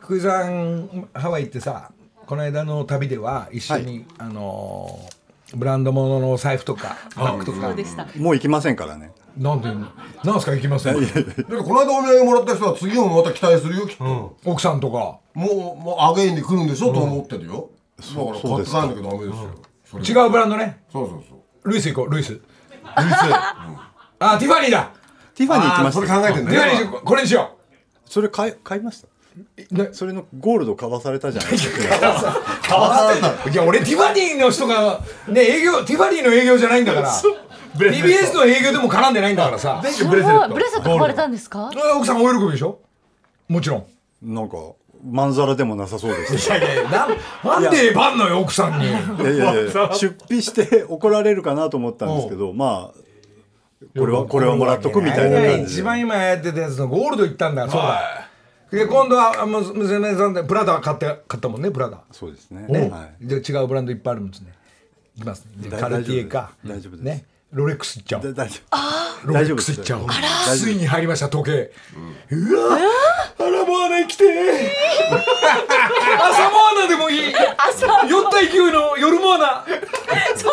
福井さんハワイ行ってさこの間の旅では一緒に、
は
あのーブランド物ののお財布とかバッグとか
でした。
もう行きませんからね
なんでなんすか行きません
だってこの間お土産もらった人は次もまた期待するよ、きっと。も
奥さんとか
う、もうアゲインで来るんでしょと思ってるよ。だから
そう
買っ
で
て
す
帰
か
んなきゃダメですよ。それ
違うブランドね
そうそうそう。
ルイス行こうルイスルイス <laughs> あティファニーだ
ティファニー行きまし
そ
た
れ
よ
考えてん
テ
だ
ィファニ
よ。
ーこれにしよ
それ買い買いました
うね
それのゴールド買わされたじゃないですか
買わされたの
いや俺ティファニーの人がね営業ティファニーの営業じゃないんだから
ブレスレッ
TBS の営業でも絡んでないんだからさ
全部
ブレ
ブレ
ス
スレット。
レット買われたんですか
あ奥さん大喜びでしょもちろん。
<laughs> なんかまんざらでもなさそうで <laughs> したい
なんなんでバンのよ、奥さんに。
やいやいや出費して怒られるかなと思ったんですけどまあこれはこれはもらっとくみたいな感じ
一
で
番今やってたやつのゴールド行ったんだ。そうだ。で、今度は、あむ娘さんで、プラダ買って、買ったもんね、プラダ。
そうですね
ね
は。い
で、違うブランドいっぱいあるもんですね。いきますね。で
だ
カルティエか。
大丈夫です
ね。ロレックス行っちゃお
だ
う。
大丈夫
ロレ
大丈
ッ
夫
ク
で
ス
す
行っちゃおう。
大
つ
丈
いに入りました、時計。うわあら、もう穴来て。朝も穴でもいい。酔った勢いの夜も穴。
そういうこ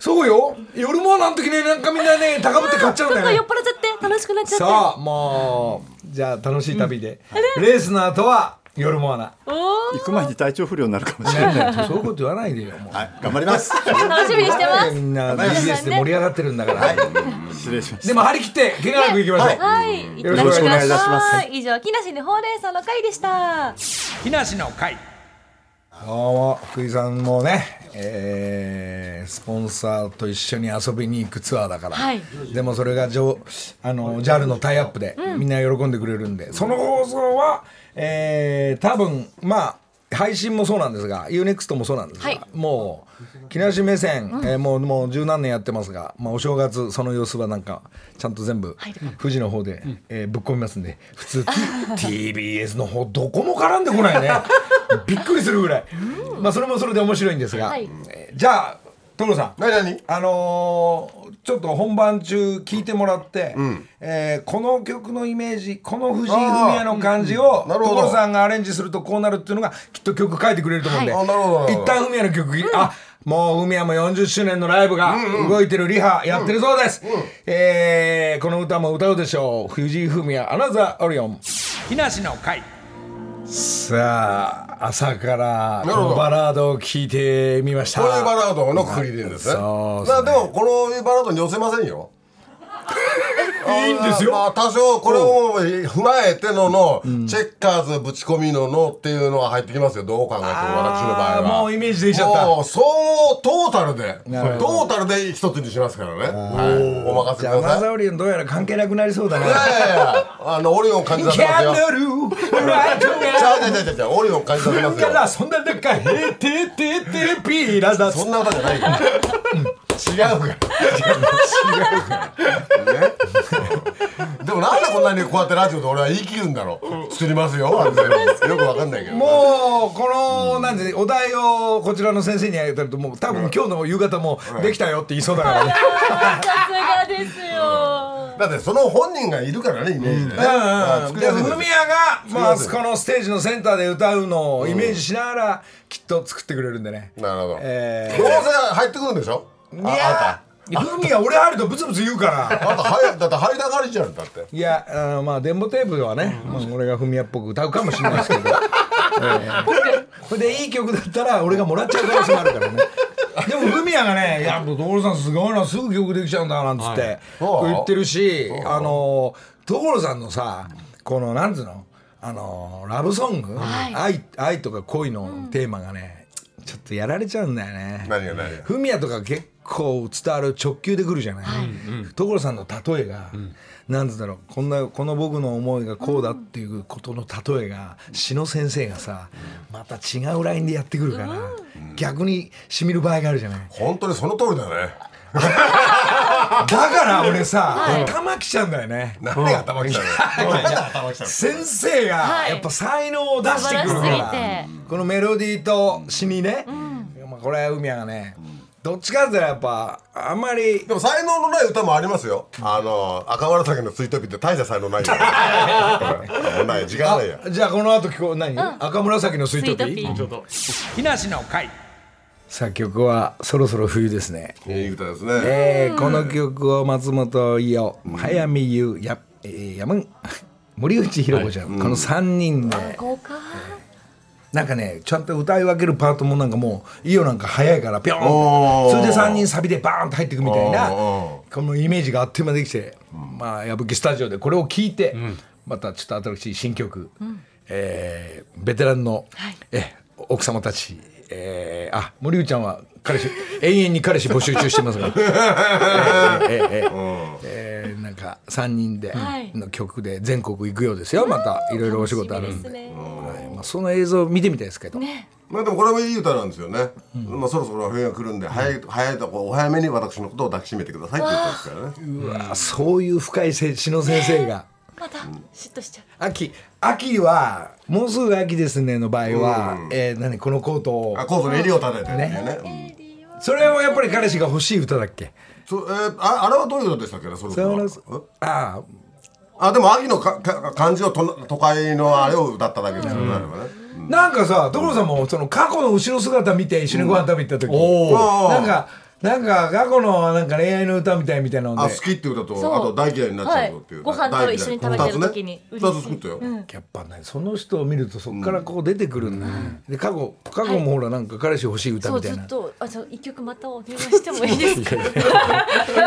そうよ夜もなん時ねなんかみんなね高ぶって買っちゃうん
と。
だ
なんか
よ
酔っ払
ね
っちゃって楽しくなっちゃって。
さあもうじゃあ楽しい旅で、レースの後は夜も穴
夫行く前に体調不良になるかもしれない
そういうこと言わないでよもう
はい頑張ります <laughs>
楽しみにしてま
み
す。
んな BS で盛り上がってるんだから、
失礼しました
でも張り切って怪我なくいきましょう、
はい、行って
よろしくお願
いいたします
ください。以上、木梨のほうれん草の会でした。
木梨の会
どうも福井さんもね、えースポンサーと一緒に遊びに行くツアーだから、
はい
でもそれがじょあの JAL のタイアップで、みんな喜んでくれるんでその放送は、えー多分まあ配信もそうなんですが UNEXT もそうなんですが、
はい
もう木梨目線、えーもうもう十何年やってますが、まあ、お正月その様子はなんかちゃんと全部富士の方で、えーぶっ込みますんで
<laughs>
普通 TBS の方どこも絡んでこないねびっくりするぐらい、まあ、それもそれで面白いんですが、
はい
えーじゃあ所さん
何何
あのーちょっと本番中聞いてもらって、えーこの曲のイメージこの藤井フミヤの感じを
あーなるほど
所さんがアレンジするとこうなるっていうのがきっと曲書いてくれると思うんで、
はいあなるほどなるほど
一旦フミヤの曲、あもうフミヤも40周年のライブが動いてるリハやってるそうです、えーこの歌も歌うでしょう藤井フミヤアナザーオリオン
木梨の会
さあ朝から
るほど
このバラードを聞いてみました
こういうバラードのくくりでですね。
そうっすね
だからでもこのバラードに寄せませんよ。
<laughs> いいんですよ
まあ多少これを踏まえてのの、チェッカーズぶち込みののっていうのは入ってきますよどう考えても私の場合
あー
は
もうイメージできちゃった
もう総合トータルでトータルで一つにしますからね、はい、お任
じ
せく
ゃあ
だ
マ
さい
ザオリンどうやら関係なくなりそうだ
いや
ね
いやいやあのオリオン感じさ
キ
せます
ャ
よ
ンドルライト
ち
が
ゃうちゃうちゃうちゃうちゃうオリオン感じさせますよ
からそんな中へてててピーラだ
そんな歌じゃないから違うから違うからね <laughs> でもなんでこんなにこうやってラジオで俺は言い切るんだろう作りますよ安全によくわかんないけど
もうこのなんてお題をこちらの先生にあげてるともう多分今日の夕方もできたよって言いそうだからね
さすがですよ。
だってその本人がいるからねイメージでねあ
うんうん
作り
で
やすい
フミヤがまあ
作りやすい
このステージのセンターで歌うのをイメージしながらきっと作ってくれるんでね
なるほどどう
え
せ入ってくるんでしょあ
いやフミヤ俺入るとブツブツ言うから
あんたあんた入だって入りたがりじゃんだって
いやあのまあ電ボテープではね、まあ、俺がフミヤっぽく歌うかもしれないですけど、ええこれでいい曲だったら俺がもらっちゃう可能性もあるから <laughs> ねでもフミヤがね「いや所さんすごいなすぐ曲できちゃうんだ」なんつって、
そう
言ってるしあの所さんのさこのなんつうのあのラブソング、愛愛とか恋のテーマがね、ちょっとやられちゃうんだよね。
何が何が
フミヤとか結構伝わる直球でくるじゃない、所さんの例えが、なんつうんだろうこんなこの僕の思いがこうだっていうことの例えが志野先生がさまた違うラインでやってくるから、逆にしみる場合があるじゃない
本当にその通りだね
だから俺さ頭きちゃうんだよね
何が頭きたの頭きたの
先生が
はい
やっぱ才能を出してくるか
素晴
ら、
らしすぎて
このメロディーと詩にね、まあこれは海がねどっちかっていうとやっぱあんまり
でも才能のない歌もありますよ。あの赤紫の追悼日って大した才能ない
<laughs>
よ。もうない時間ないや。
じゃあこの後聞こう何、赤紫のスイートピー
ー。
木梨の会
さあ曲はそろそろ冬ですね、
いい歌ですね。
えーこの曲を松本伊代、早見優や、えー、山ん森内博子ちゃん、この3人で
豪華。
なんかねちゃんと歌い分けるパートもなんかもう伊代なんか早いからピョー
お
ン
ー
それで3人サビでバーンと入っていくみたいな
お
このイメージがあっという間できて、まあ矢吹スタジオでこれを聞いて、またちょっと新しい新曲、えーベテランの、え奥様たち、えーあ森内ちゃんは彼氏永遠に彼氏募集中してますが、えーえーえーえーなんか3人で
はい
の曲で全国行くようですよ、またいろいろお仕事あるんで
楽しみですね
はいまあ、その映像見てみたいですけど、
まあでもこれもいい歌なんですよね。まあそろそろ冬が来るんで早い早いとこお早めに私のことを抱きしめてくださいって言ったんですからね。
うわーそういう深いせ篠先生が。
また嫉妬しちゃう。
秋秋はもうすぐ秋ですねの場合は、えー何このコートを
あコートに襟を立ててっていうね。
それはやっぱり彼氏が欲しい歌だっけ
そうえーああれはどういう歌でしたっけねそろ
その
そろ。
ああ
あでも秋のかか漢字をと都会のあれを歌っただけですよね。あれはね
なんかさ所さんもその過去の後ろ姿見て一緒にご飯食べに行った時、
おー
なんかなんか過去のなんか恋愛の歌みたいみたいなの
あ
で
好きって歌と
そう
あと大嫌いになっちゃうことっていう。
はいご飯と一緒に食べてる時に
二つね二つ作ったよ。
やっぱねその人を見るとそこからこう出てくるんだね、で過去過去もほらなんか彼氏欲しい歌
そう
み
ず
たい
っ
な
とあじゃあ一曲またお願いしてもいいですか。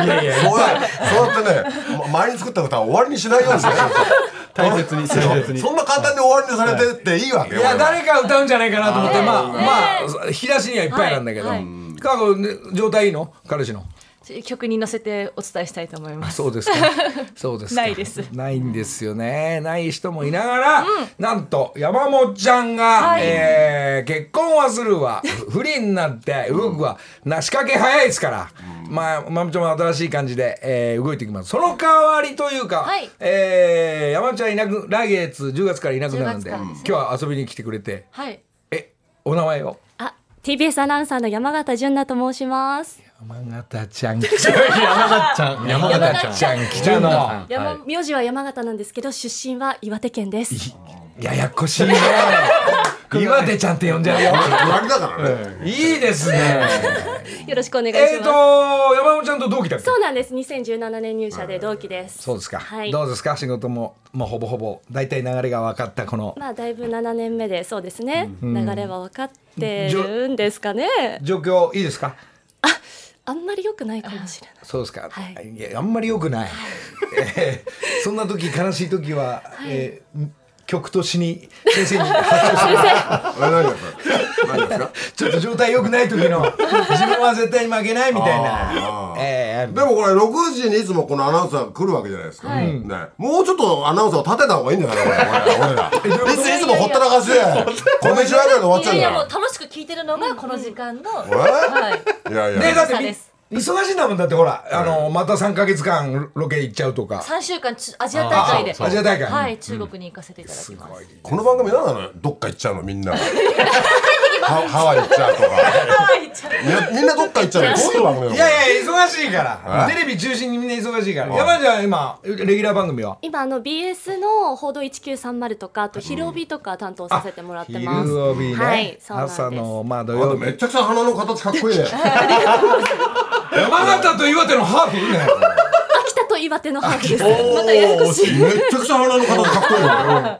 いやいや
そうや、そうやってね、ま前に作った歌は終わりにしないようにして
大切に大切に
そんな簡単に終わりにされてっていいわけよ。
いや
俺は
誰か歌うんじゃないかなと思って
はい
まあ
ね
まあ引き出しにはいっぱいなんだけど
はいはい
過去ね状態いいの彼氏の
曲に乗せてお伝えしたいと思います。
そうですかそうですか
ないです
ないんですよねない人もいながらなんと山本ちゃんが
はい
えー結婚はするわ不利になって動くわなしかけ早いですからまあまみちゃんも新しい感じでえー動いてきますその代わりというか
はい
えー山本ちゃんいなく来月10月からいなくなるんで
10月から
今日は遊びに来てくれて
はい。
えお名前を
あ、TBS アナウンサーの山形純奈と申します。
山形ちゃ <laughs> ん
山田ちゃん山
山
形
形ちゃん来たの
ちゃんはい
名字は山形なんですけど、出身は岩手県です。
ややこ <laughs> しいね岩手ちゃんって呼んじゃうよ
隣だからね。
<laughs> いいですね
よろしくお願いします。
<laughs> えっと山本ちゃんと同期だっけ
そうなんです。2017年入社で同期です。
そうですか、
はい。
どうですか仕事ももうほぼほぼ大体流れが分かったこの
まあだいぶ7年目でそうですね。流れは分かってるんですかね。
状況いいですか
あんまり良くないかもしれない。
そうですか、、
はい
やあんまり良くない、 <laughs> えーそんな時悲しい時は、えー曲と詩に先生に発
<laughs>
注する
あれ何やった何ですか
ちょっと状態良くない時の自分は絶対に負けないみたい
あ
な
ー、
えー
でもこれ6時にいつもこのアナウンサーが来るわけじゃないですか、ね、もうちょっとアナウンサーを立てた方がいいんじゃないのこれ俺らいついつもほったらかしで「こんにちは」ぐらいで終わっ
い
ち
や
ゃう
い
ん
やも
だ
う楽しく聞いてるのがこの時間の、
え
はい
いやいや
でだって
そうです
み忙しいんだもんだってほら、あのまた3か月間ロケ行っちゃうとか
3週間ちアジア大会で
あアジア大会
はい中国に行かせていただきます、
この番組何なのどっか行っちゃうのみんなハハワイ行っちゃうとか
はい行っちゃう
いやみんなどっか行っちゃうのどういう番組なの
いやいや忙しいから
はい
テレビ中心にみんな忙しいから山ちゃん今レギュラー番組は
今あの BS の報道1930とかあと昼帯とか担当させてもらってます。
昼帯ね、
はい、そうなんです。
朝のまあ土
あ
曜
と
日
めちゃくちゃ鼻の形かっ
<laughs>
こいいね
<laughs> 山形と岩手のハーフいいね
秋田と岩手のハーフです。
またややこしい
めちゃくちゃ鼻の形かっこいいね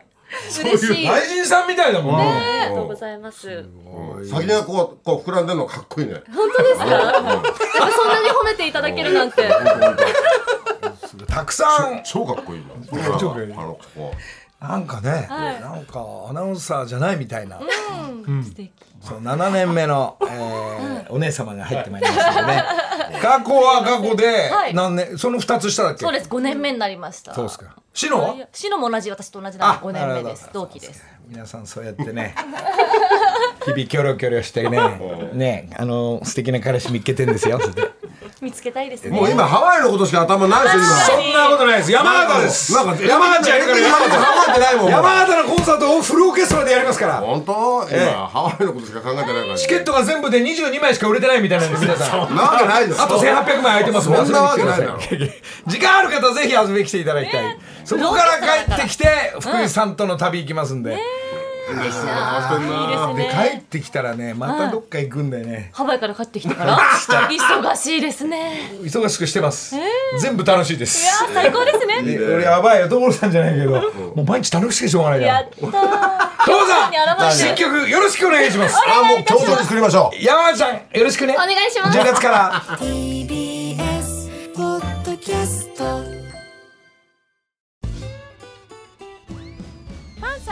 嬉しい
愛人さんみたいだもん、
ありがとうございます。
先がこうこう膨らんでるのかっこいいね
本当ですか？そんなに褒めていただけるなんて。
たくさん
超かっこいいな
超かっこいい
あのここ
なんかね、なんかアナウンサーじゃないみたいな、
素敵
そう7年目の、えーお姉様が入ってまいりました
<laughs>
のでね過去は過去で
はい
何年、その2つ下だっけ
そうです5年目になりました
そうですかシノはい
やシノも同じ私と同じなので5
なるほ
年
ど
目です同期です
皆さんそうやってね <laughs> 日々キョロキョロしてねねあの素敵な彼氏見っけてんですよそれで
見つけたいですね
もう今ハワイのことしか頭ないですよ今
そんなことないです山形です
なんか
山形やるから
山
山
形
形
考えてないもん。
山形のコンサートをフルオーケストラでやりますから
本当？
ええ
今ハワイのことしか考えてないから。
チケットが全部で22枚しか売れてないみたいなんです皆さん
なわけないです。
あと1800枚空いてますも
そんなわけないだろ
遊びに来てください時間ある方はぜひ遊びに来ていただきたい、そこから帰ってきて福井さんとの旅行きますんで、
嬉しそうな顔してんな。
で帰ってきたらねまたどっか行くんだよね、
ハワイから帰ってきてから忙しいですね
忙しくしてます、全部楽しいで
いや
す
ー最高ですね
で俺やばいよ所さんじゃないけどもう毎日楽しくてしょうがないか
や
ら
ったー
所さ
に現れ
ん新曲よろしくお願いします
あもう共同で作りましょう。
山ちゃんよろしくねお
願いします
10月から
TBS ポッドキャスト
パンサ